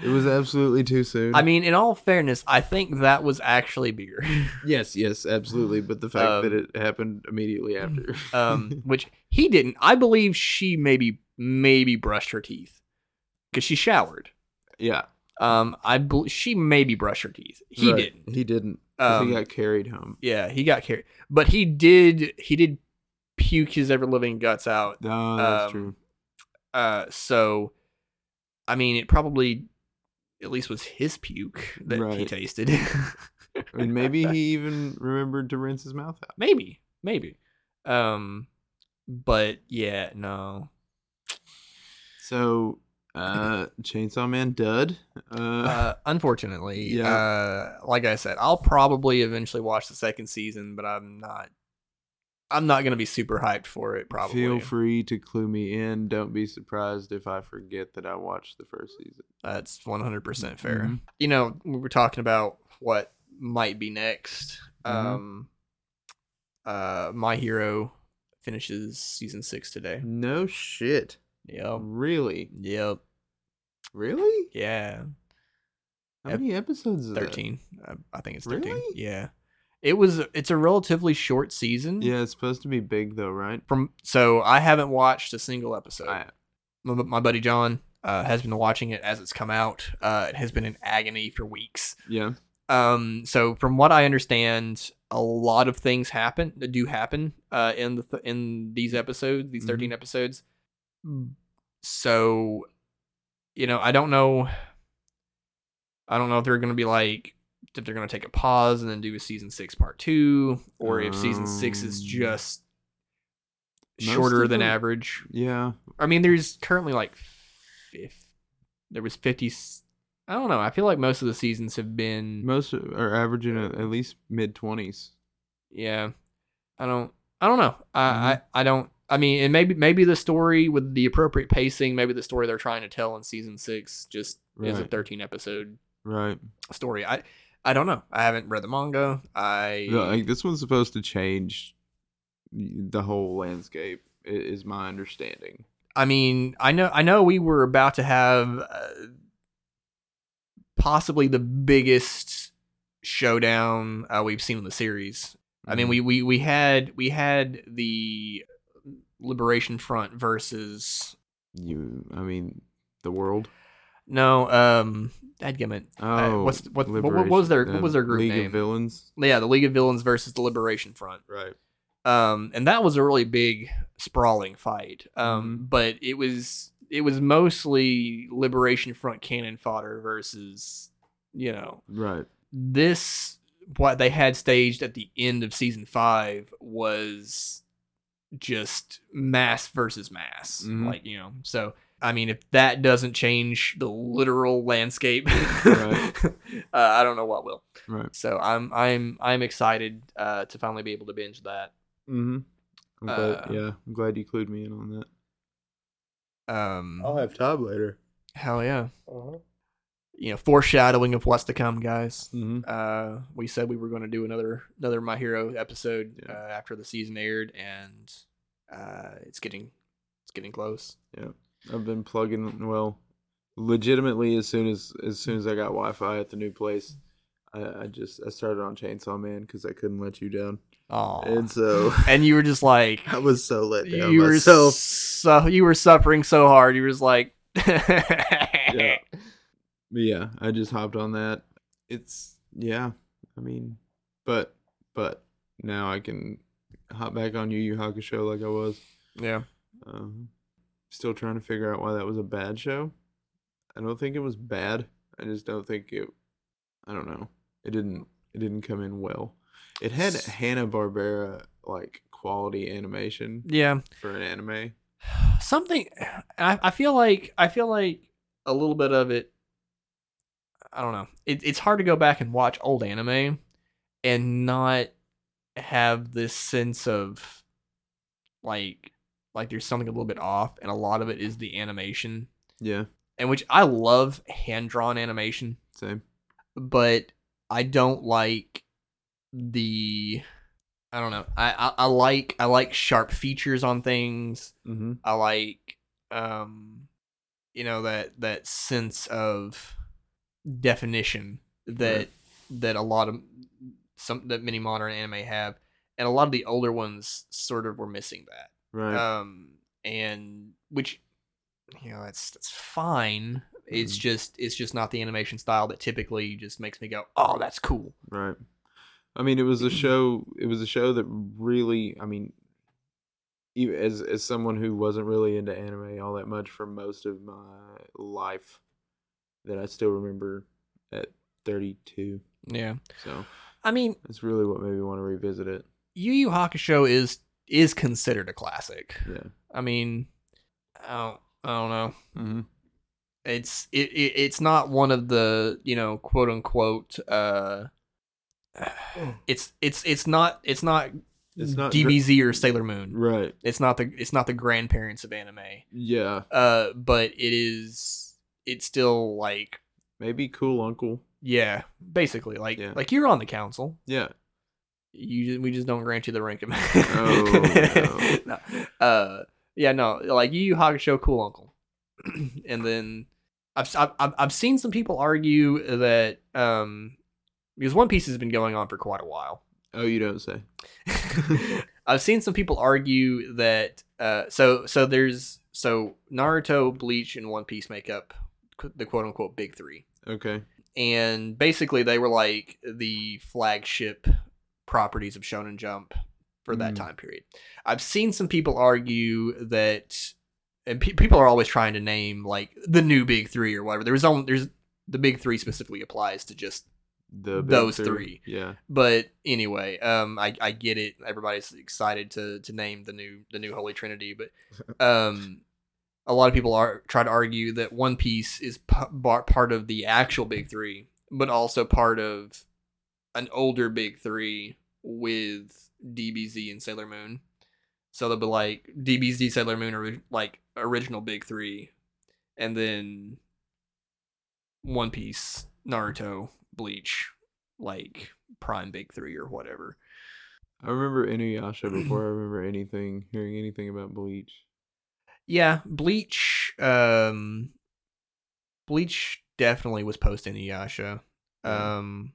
S2: it was absolutely too soon
S1: I mean, in all fairness, I think that was actually bigger.
S2: yes yes absolutely but the fact that
S1: Um,
S2: it happened immediately after
S1: um, which he didn't. I believe she maybe maybe brushed her teeth because she showered.
S2: yeah
S1: Um, I bel she maybe brushed her teeth. He
S2: right.
S1: didn't.
S2: he didn't 'cause
S1: Um,
S2: he got carried home
S1: Yeah, he got carried, but he did he did puke his ever living guts out.
S2: no that's
S1: um,
S2: true
S1: Uh, so I mean, it probably at least was his puke that he
S2: Right.
S1: tasted.
S2: and maybe he even remembered to rinse his mouth out
S1: maybe, maybe. Um, but yeah, no.
S2: so uh chainsaw man dud uh
S1: Uh, unfortunately,
S2: Yeah.
S1: uh, like I said, I'll probably eventually watch the second season, but I'm not. I'm not gonna be super hyped for it. Probably.
S2: Feel free to clue me in. Don't be surprised if I forget that I watched the first season.
S1: That's 100% fair.
S2: Mhm.
S1: You know, we were talking about what might be next.
S2: Mhm.
S1: Um uh My Hero finishes season 6 today.
S2: No shit. Oh,
S1: Yep.
S2: Really?
S1: Yep.
S2: Really?
S1: Yeah.
S2: How
S1: Ep-
S2: many episodes is that?
S1: 13. I, I think it's 13.
S2: Really?
S1: Yeah. It was it's a relatively short season.
S2: Yeah, it's supposed to be big though, right?
S1: From so I haven't watched a single episode.
S2: I-
S1: my, my buddy John uh, has been watching it as it's come out. Uh, it has been in agony for weeks.
S2: yeah.
S1: Um, so from what I understand, a lot of things happen that do happen uh, in the th- in these
S2: Mm-hmm.
S1: episodes, these 13 episodes. Mm, So, you know, I don't know. I don't know if they're going to be like if they're going to take a pause and then do a season six part two, or if season six is
S2: Um,
S1: just
S2: most
S1: shorter
S2: of
S1: than
S2: them-
S1: average.
S2: Yeah.
S1: I mean, there's currently like fifth. There was 50. s- I don't know. I feel like most of the seasons have been.
S2: Most are averaging at at least mid 20s.
S1: yeah i don't i don't know i I, I don't i mean and maybe maybe the story with the appropriate pacing maybe the story they're trying to tell in season six just is a
S2: Right.
S1: 13 episode
S2: Right.
S1: story i i don't know i haven't read the manga i
S2: Yeah, like this one's supposed to change the whole landscape i- is my understanding.
S1: i mean i know i know we were about to have uh, possibly the biggest showdown uh, we've seen in the series I
S2: Mm-hmm.
S1: mean, we, we we had we had the Liberation Front versus
S2: you I mean the world.
S1: no um dadgummit.
S2: Oh.
S1: Uh, what's- what- what- what was
S2: Liberation-
S1: their- what
S2: the
S1: was their group
S2: League
S1: name?
S2: of Villains?
S1: Yeah, the League of Villains versus the Liberation Front.
S2: Right.
S1: um, and that was a really big sprawling fight.
S2: Mm-hmm.
S1: Um, but it was it was mostly Liberation Front cannon fodder versus you know
S2: Right.
S1: this what they had staged at the end of season five was just mass versus mass
S2: Mhm.
S1: like you know so i mean if that doesn't change the literal landscape
S2: Right.
S1: uh, i don't know what will
S2: Right.
S1: so i'm i'm i'm excited uh to finally be able to binge that
S2: Mm-hmm. I'm glad,
S1: Uh,
S2: yeah, I'm glad you clued me in on that.
S1: um
S2: have time later.
S1: hell yeah
S2: Uh-huh.
S1: you know foreshadowing of what's to come guys
S2: Mm-hmm.
S1: uh, we said we were going to do another another My Hero episode
S2: Yeah.
S1: uh, after the season aired, and uh, it's getting it's getting close.
S2: I've been plugging well, legitimately as soon as as soon as I got Wi-Fi at the new place, I, I just I started on Chainsaw Man because I couldn't let you down,
S1: Oh,
S2: and so
S1: and you were just like
S2: I was so let down
S1: you were
S2: myself.
S1: so you were suffering so hard. You were just like,
S2: But yeah, I just hopped on that. It's yeah, I mean, but but now I can hop back on Yu Yu Hakusho like I was.
S1: yeah,
S2: Um, still trying to figure out why that was a bad show. I don't think it was bad. I just don't think it. I don't know. It didn't. It didn't come in well. It had
S1: S-
S2: Hanna Barbera like quality animation
S1: yeah.
S2: for an anime.
S1: something I, I feel like i feel like a little bit of it i don't know it, it's hard to go back and watch old anime and not have this sense of like like there's something a little bit off and a lot of it is the animation
S2: Yeah,
S1: and which i love hand-drawn animation
S2: same.
S1: but I don't like the I don't know. I, I, I like I like sharp features on things.
S2: Mm-hmm.
S1: I like um you know that that sense of definition that that a lot of some that many modern anime have and a lot of the older ones sort of were missing that
S2: Right.
S1: um and which you know that's that's fine it's
S2: Mhm.
S1: just it's just not the animation style that typically just makes me go oh that's cool
S2: Right. I mean, it was a show. It was a show that really. I mean, e- as as someone who wasn't really into anime all that much for most of my life, that I still remember at thirty two.
S1: yeah
S2: So
S1: i mean
S2: that's really what made me want to revisit it.
S1: yu yu hakusho is is considered a classic
S2: Yeah.
S1: i mean i don't, I don't know
S2: Mm-hmm.
S1: it's it, it it's not one of the you know quote unquote uh it's it's it's not it's not
S2: Mm. It's not gr-
S1: DBZ or Sailor Moon.
S2: Right.
S1: It's not the it's not the grandparents of anime.
S2: Yeah.
S1: uh but it is it's still like
S2: Maybe cool uncle.
S1: yeah basically like
S2: Yeah.
S1: like you're on the council
S2: Yeah.
S1: you just, we just don't grant you the rank of
S2: Oh,
S1: no. uh yeah no like you hakusho cool uncle and then I've, I've I've- i've seen some people argue that um because one piece has been going on for quite a while
S2: Oh, you don't say.
S1: I've seen some people argue that uh, so so there's so Naruto, Bleach, and One Piece make up qu- the quote unquote big three,
S2: Okay.
S1: and basically they were like the flagship properties of Shonen Jump for that
S2: Mm.
S1: time period. I've seen some people argue that, and pe- people are always trying to name like the new big three or whatever. There was only there's the big three specifically applies to just
S2: The big
S1: Those three.
S2: Yeah.
S1: but anyway, um, I, I get it. Everybody's excited to to name the new the new Holy Trinity, but um, a lot of people are try to argue that One Piece is p- bar- part of the actual Big Three, but also part of an older Big Three with DBZ and Sailor Moon. So they'll be like DBZ, Sailor Moon, or like original Big Three, and then One Piece, Naruto, Bleach, like prime big three or whatever
S2: I remember Inuyasha before I remember anything, hearing anything about Bleach.
S1: yeah bleach um bleach definitely was post inuyasha
S2: Yeah.
S1: um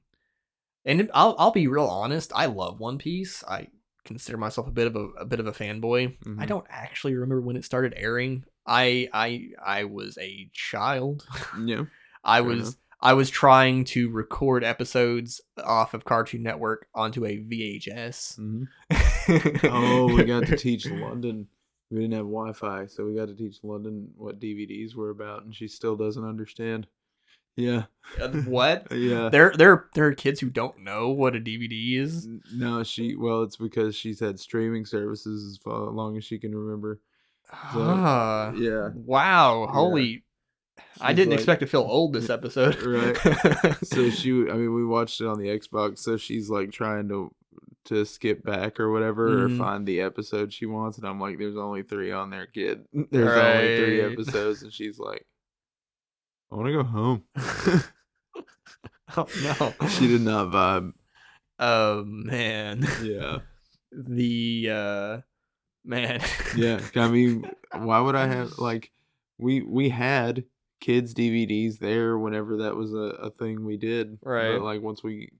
S1: and i'll i'll be real honest i love one piece i consider myself a bit of a, a bit of a fanboy i
S2: Mhm.
S1: don't actually remember when it started airing i i i was a child
S2: Yeah.
S1: i
S2: Fair
S1: was
S2: enough.
S1: i was trying to record episodes off of cartoon network onto a vhs
S2: Mm-hmm. oh, we got to teach London. We didn't have Wi Fi, so we got to teach London what DVDs were about, and she still doesn't understand. Yeah.
S1: Uh, what?
S2: Yeah.
S1: There, there, there are kids who don't know what a DVD is.
S2: N- No, she, well, it's because she's had streaming services as far, long as she can remember.
S1: Ah,
S2: Yeah.
S1: wow,
S2: Yeah.
S1: holy! I
S2: She's
S1: didn't
S2: like-
S1: expect to feel old this episode.
S2: Right. So she, I mean, we watched it on the Xbox, so she's like trying to to skip back or whatever
S1: Mhm.
S2: or find the episode she wants and I'm like there's only 3 on there kid. There's only 3
S1: Right.
S2: episodes and she's like I want to go home.
S1: oh no,
S2: she did not vibe.
S1: Oh man,
S2: Yeah.
S1: the uh, man.
S2: Yeah. I mean, why would I have like we we had kids DVDs there whenever that was a, a thing we did.
S1: Right.
S2: But like once we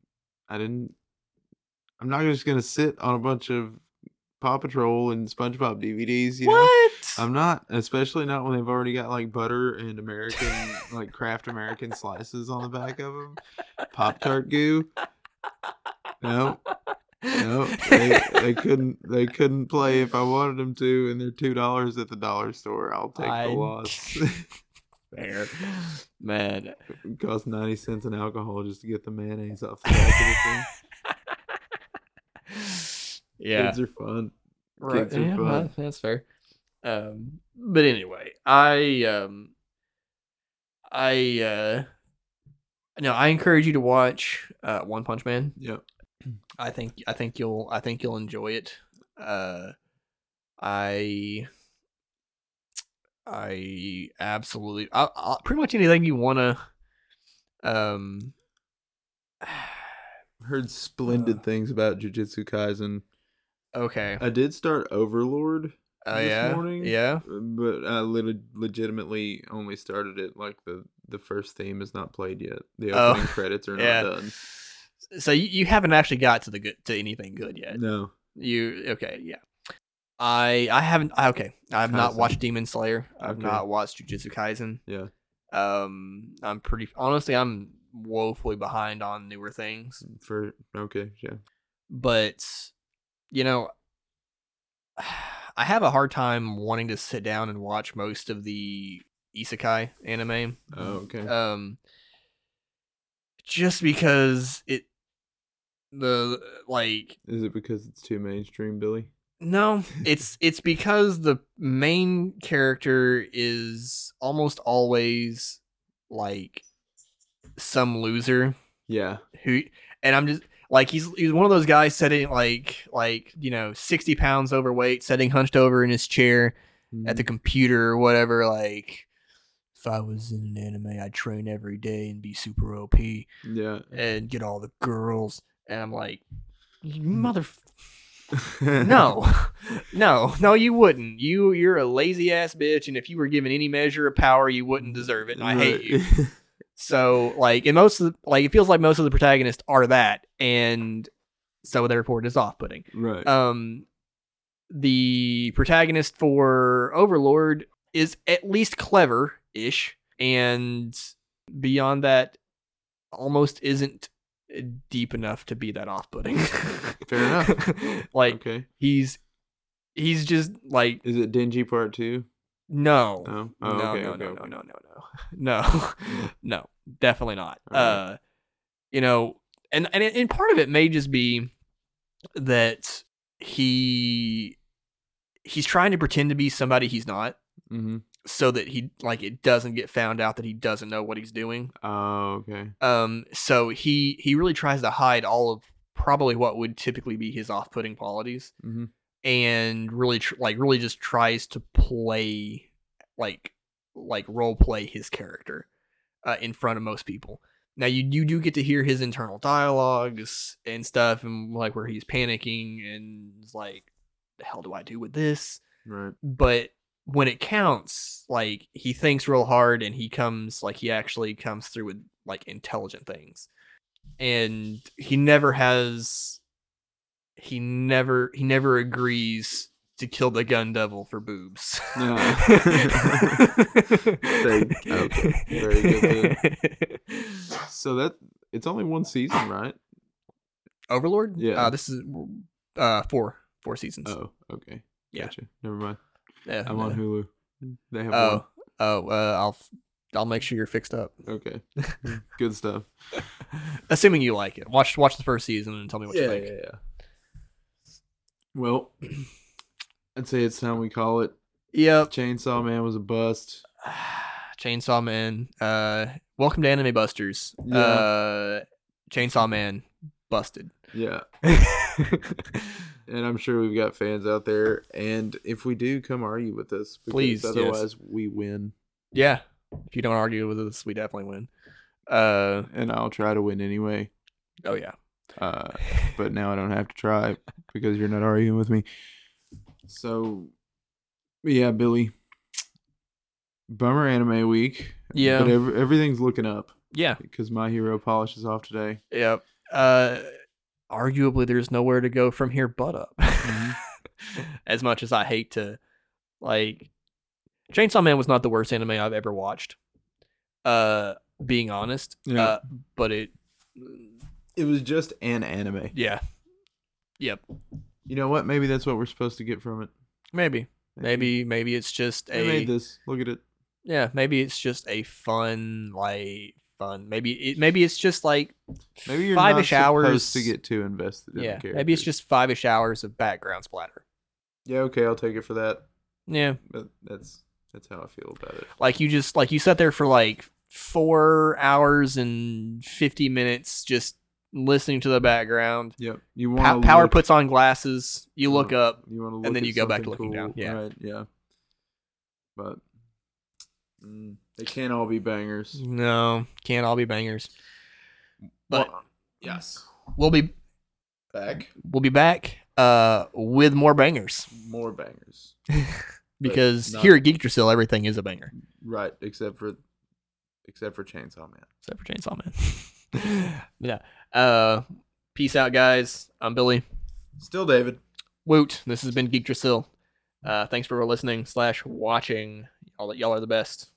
S2: I didn't I'm not just gonna sit on a bunch of Paw Patrol and SpongeBob DVDs, you know?
S1: what?
S2: I'm not, especially not when they've already got like butter and American, like Kraft American slices on the back of them. Pop Tart goo. No, no, they, they couldn't. They couldn't play if I wanted them to, and they're two dollars at the dollar store. I'll take
S1: I-
S2: the loss.
S1: Fair. Man,
S2: it costs ninety cents in alcohol just to get the mayonnaise off the back of the thing.
S1: yeah,
S2: Kids are fun.
S1: right.
S2: kids are
S1: yeah,
S2: fun.
S1: well, that's fair. Um, but anyway, I um, I uh, no, I encourage you to watch uh, One Punch Man.
S2: Yep.
S1: I think I think you'll I think you'll enjoy it. Uh, I I absolutely I, I, pretty much anything you wanna. Um,
S2: Heard splendid
S1: Uh.
S2: things about Jujutsu Kaisen.
S1: okay.
S2: I did start Overlord.
S1: Oh
S2: this
S1: yeah.
S2: morning-
S1: Yeah.
S2: but I lit- legitimately only started it like the the first theme is not played yet. The
S1: Oh,
S2: opening credits are not
S1: yeah.
S2: done.
S1: So you, you haven't actually got to the good to anything good yet.
S2: No,
S1: You okay? Yeah. I I haven't. I- Okay, I've not
S2: Kaisen.
S1: watched Demon Slayer. I've
S2: Okay.
S1: not watched Jujutsu Kaisen.
S2: yeah,
S1: Um, I'm pretty honestly. I'm woefully behind on newer things,
S2: for okay, yeah,
S1: but you know, I have a hard time wanting to sit down and watch most of the isekai anime.
S2: oh okay,
S1: um just because it the like
S2: is it because it's too mainstream, Billy?
S1: no it's it's because the main character is almost always like some loser
S2: Yeah,
S1: who and i'm just like he's he's one of those guys sitting like like you know 60 pounds overweight sitting hunched over in his chair at the computer or whatever like if i was in an anime i'd train every day and be super op
S2: yeah.
S1: and get all the girls. And I'm like, "You mother, no, no, no, you wouldn't. You, you're a lazy ass bitch. And if you were given any measure of power, you wouldn't deserve it. And I hate you. So like, and most of the, like, it feels like most of the protagonists are that, and so therefore it is off-putting
S2: right.
S1: um the protagonist for overlord is at least clever ish and beyond that almost isn't deep enough to be that off-putting
S2: Fair enough.
S1: like
S2: okay,
S1: he's he's just like
S2: is it dingy part two?
S1: no
S2: No,
S1: no,
S2: oh, okay,
S1: no,
S2: okay,
S1: no,
S2: okay. Mm.
S1: no, no, no, no, no, no, definitely not.
S2: All right.
S1: Uh, you know, and and and part of it may just be that he he's trying to pretend to be somebody he's not,
S2: Mm-hmm.
S1: so that he like it doesn't get found out that he doesn't know what he's doing.
S2: Oh, okay.
S1: Um, so he he really tries to hide all of probably what would typically be his off-putting qualities
S2: Mhm.
S1: and really tr- like really just tries to play like like role play his character uh, in front of most people now you you do get to hear his internal dialogues and stuff and like where he's panicking and is like the hell do i do with this
S2: Right.
S1: but when it counts like he thinks real hard and he comes like he actually comes through with like intelligent things and he never has he never he never agrees to kill the gun devil for boobs
S2: No. okay, very good
S1: good
S2: So that it's only one season, right?
S1: overlord
S2: Yeah.
S1: uh, this is uh four four seasons.
S2: Oh, okay.
S1: Yeah.
S2: Gotcha. Never mind.
S1: Yeah,
S2: I'm on Hulu. They have one.
S1: Oh, oh, uh, I'll f- I'll make sure you're fixed up.
S2: Okay. Good stuff.
S1: Assuming you like it, watch watch the first season and tell me what you think.
S2: yeah. Well, I'd say it's time we call it.
S1: Yep.
S2: Chainsaw Man was a bust.
S1: Chainsaw Man. Uh, welcome to Anime Busters.
S2: Yeah.
S1: Uh, Chainsaw Man busted.
S2: Yeah. and I'm sure we've got fans out there. And if we do, come argue with us. because
S1: Please, yes.
S2: Otherwise, we win.
S1: Yeah. If you don't argue with us, we definitely win. Uh,
S2: And I'll try to win anyway.
S1: oh yeah.
S2: Uh, but now I don't have to try because you're not arguing with me. So, yeah, Billy. Bummer anime week.
S1: Yeah.
S2: But ev- everything's looking up
S1: Yeah.
S2: because My Hero polishes off today.
S1: Yep. Uh, arguably, there's nowhere to go from here but up.
S2: Mhm.
S1: Mm-hmm. as much as I hate to, like, Chainsaw Man was not the worst anime I've ever watched. Uh, being honest.
S2: Yeah.
S1: Uh, but it.
S2: It was just an anime.
S1: Yeah.
S2: You know what? Maybe that's what we're supposed to get from it.
S1: Maybe. Maybe. Maybe it's just
S2: I
S1: a.
S2: made this. Look at it.
S1: yeah. Maybe it's just a fun like fun. Maybe it. Maybe it's just like.
S2: Maybe you're
S1: five-ish
S2: not supposed
S1: hours
S2: to get too invested. in
S1: Yeah.
S2: the characters.
S1: Maybe it's just five ish hours of background splatter.
S2: yeah. Okay, I'll take it for that.
S1: Yeah.
S2: But that's that's how I feel about it.
S1: like you just like you sat there for like four hours and 50 minutes just listening to the background
S2: Yep. You
S1: Pow-
S2: want
S1: power puts on glasses you look
S2: Oh.
S1: up
S2: You want to look
S1: then
S2: at
S1: you go back to
S2: something
S1: looking down.
S2: cool,
S1: Yeah.
S2: Right. Yeah. But mm, they can't all be bangers.
S1: no can't all be bangers but
S2: Well, yes,
S1: we'll be
S2: back
S1: we'll be back uh with more bangers
S2: more bangers.
S1: because
S2: not-
S1: here at geek Drasil, everything is a banger
S2: Right. Except for except for Chainsaw Man.
S1: except for chainsaw man yeah uh peace out guys i'm billy
S2: Still David.
S1: Woot. This has been Geek Drasil. Uh, thanks for listening slash watching. Y'all, y'all are the best.